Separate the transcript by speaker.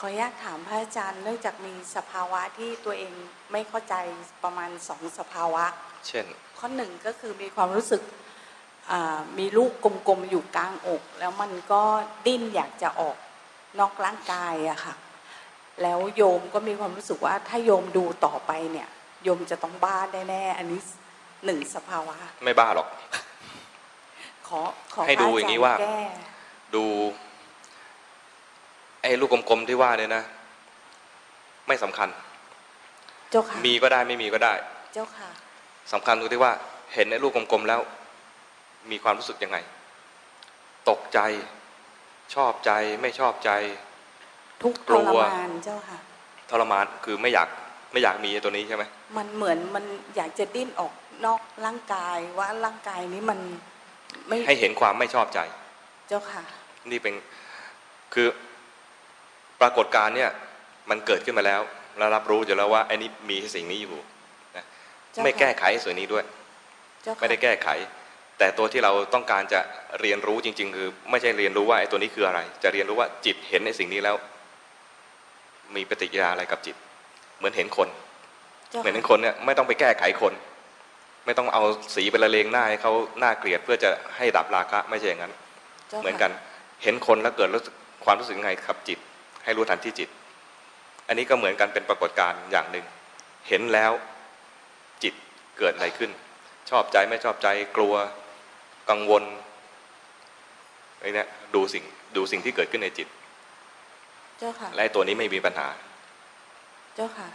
Speaker 1: ขออนุญาตถามพระอาจารย์เนื่องจากมีสภาวะที่ตัวเองไม่เข้าใจประมาณสองสภาวะ
Speaker 2: เช่น
Speaker 1: ข้อหนึ่งก็คือมีความรู้สึกอ่ามีลูกกลมๆอยู่กลางอก แล้วมันก็ดิ้นอยากจะออกนอกร่างกายอะค่ะ แล้วโยมก็มีความรู้สึกว่าถ้าโยมดูต่อไปเนี่ย โยมจะต้องบ้าแน่ๆอันนี้หนึ่งสภาวะ
Speaker 2: ไม่บ้าหรอก
Speaker 1: ขอขอ
Speaker 2: ให้
Speaker 1: พ
Speaker 2: ดู
Speaker 1: ระ
Speaker 2: อย่างนี้
Speaker 1: จร
Speaker 2: ว่า
Speaker 1: แก้
Speaker 2: ดู ไอ้ลูกกลมๆที่ว่าเนี่ยนะ ไม่สำคัญ
Speaker 1: เจ้าค่ะ
Speaker 2: มีก็ได้ไม่มีก็ได้
Speaker 1: เจ้าค่ะ
Speaker 2: สำคัญตรงที่ว่า เห็นไอ้ลูกกลมๆแล้ว มีความรู้สึกยังไง ตกใจ ชอบใจ ไม่ชอบใจ
Speaker 1: ทุกข์ท
Speaker 2: กลั
Speaker 1: ร
Speaker 2: ว
Speaker 1: มานเจ้าค่ะ
Speaker 2: ทรมานคือไม่อยากไม่อยากมีไอ้ตัวนี้ใช่ไหม
Speaker 1: มันเหมือนมันอยากจะดิ้นออกนอกร่างกายว่าร่างกายนี้มันไม่
Speaker 2: ให้เห็นความไม่ชอบใจ
Speaker 1: เจ้าค่ะ
Speaker 2: นี่เป็นคือปรากฏการณ์เนี่ย มันเกิดขึ้นมาแล้วแล้วรับรู้อยู่แล้วว่าไอ้นี่มีสิ่งนี้อยู่นะ
Speaker 1: เจ้าค่ะ
Speaker 2: ไม่แก้ไขส่วนนี้ด้วย
Speaker 1: เจ้าค่ะ
Speaker 2: ไม่ได้แก้ไข แต่ตัวที่เราต้องการจะเรียนรู้จริง ๆ คือ ไม่ใช่เรียนรู้ว่าไอ้ตัวนี้คืออะไร จะเรียนรู้ว่าจิตเห็นในสิ่งนี้แล้ว มีปฏิกิริยาอะไรกับจิต เหมือนเห็นคน
Speaker 1: จ้า
Speaker 2: เหมือนเห็
Speaker 1: ค่ะ
Speaker 2: นคนเนี่ยไม่ต้องไปแก้ไขคน ไม่ต้องเอาสีไปละเลงหน้าให้เขาหน้าเกลียดเพื่อจะให้ดับราคะไม่ใช่อย่างนั้น
Speaker 1: จ้าค่ะ
Speaker 2: เหมือนกันเห็นคนแล้วเกิดรู้สึกความรู้สึกยังไงกับจิต ให้รู้ทันที่จิต อันนี้ก็เหมือนกันเป็นปรากฏการณ์อย่างหนึ่ง เห็นแล้วจิตเกิดอะไรขึ้น ชอบใจไม่ชอบใจกลัวกังวลไอ้เนี่ยดูสิ่งดูสิ่งที่เกิดขึ้นในจิต
Speaker 1: เจ้าค่ะ
Speaker 2: และไอ้ตัวนี้ไม่มีปัญหา
Speaker 1: เจ้าค่ะ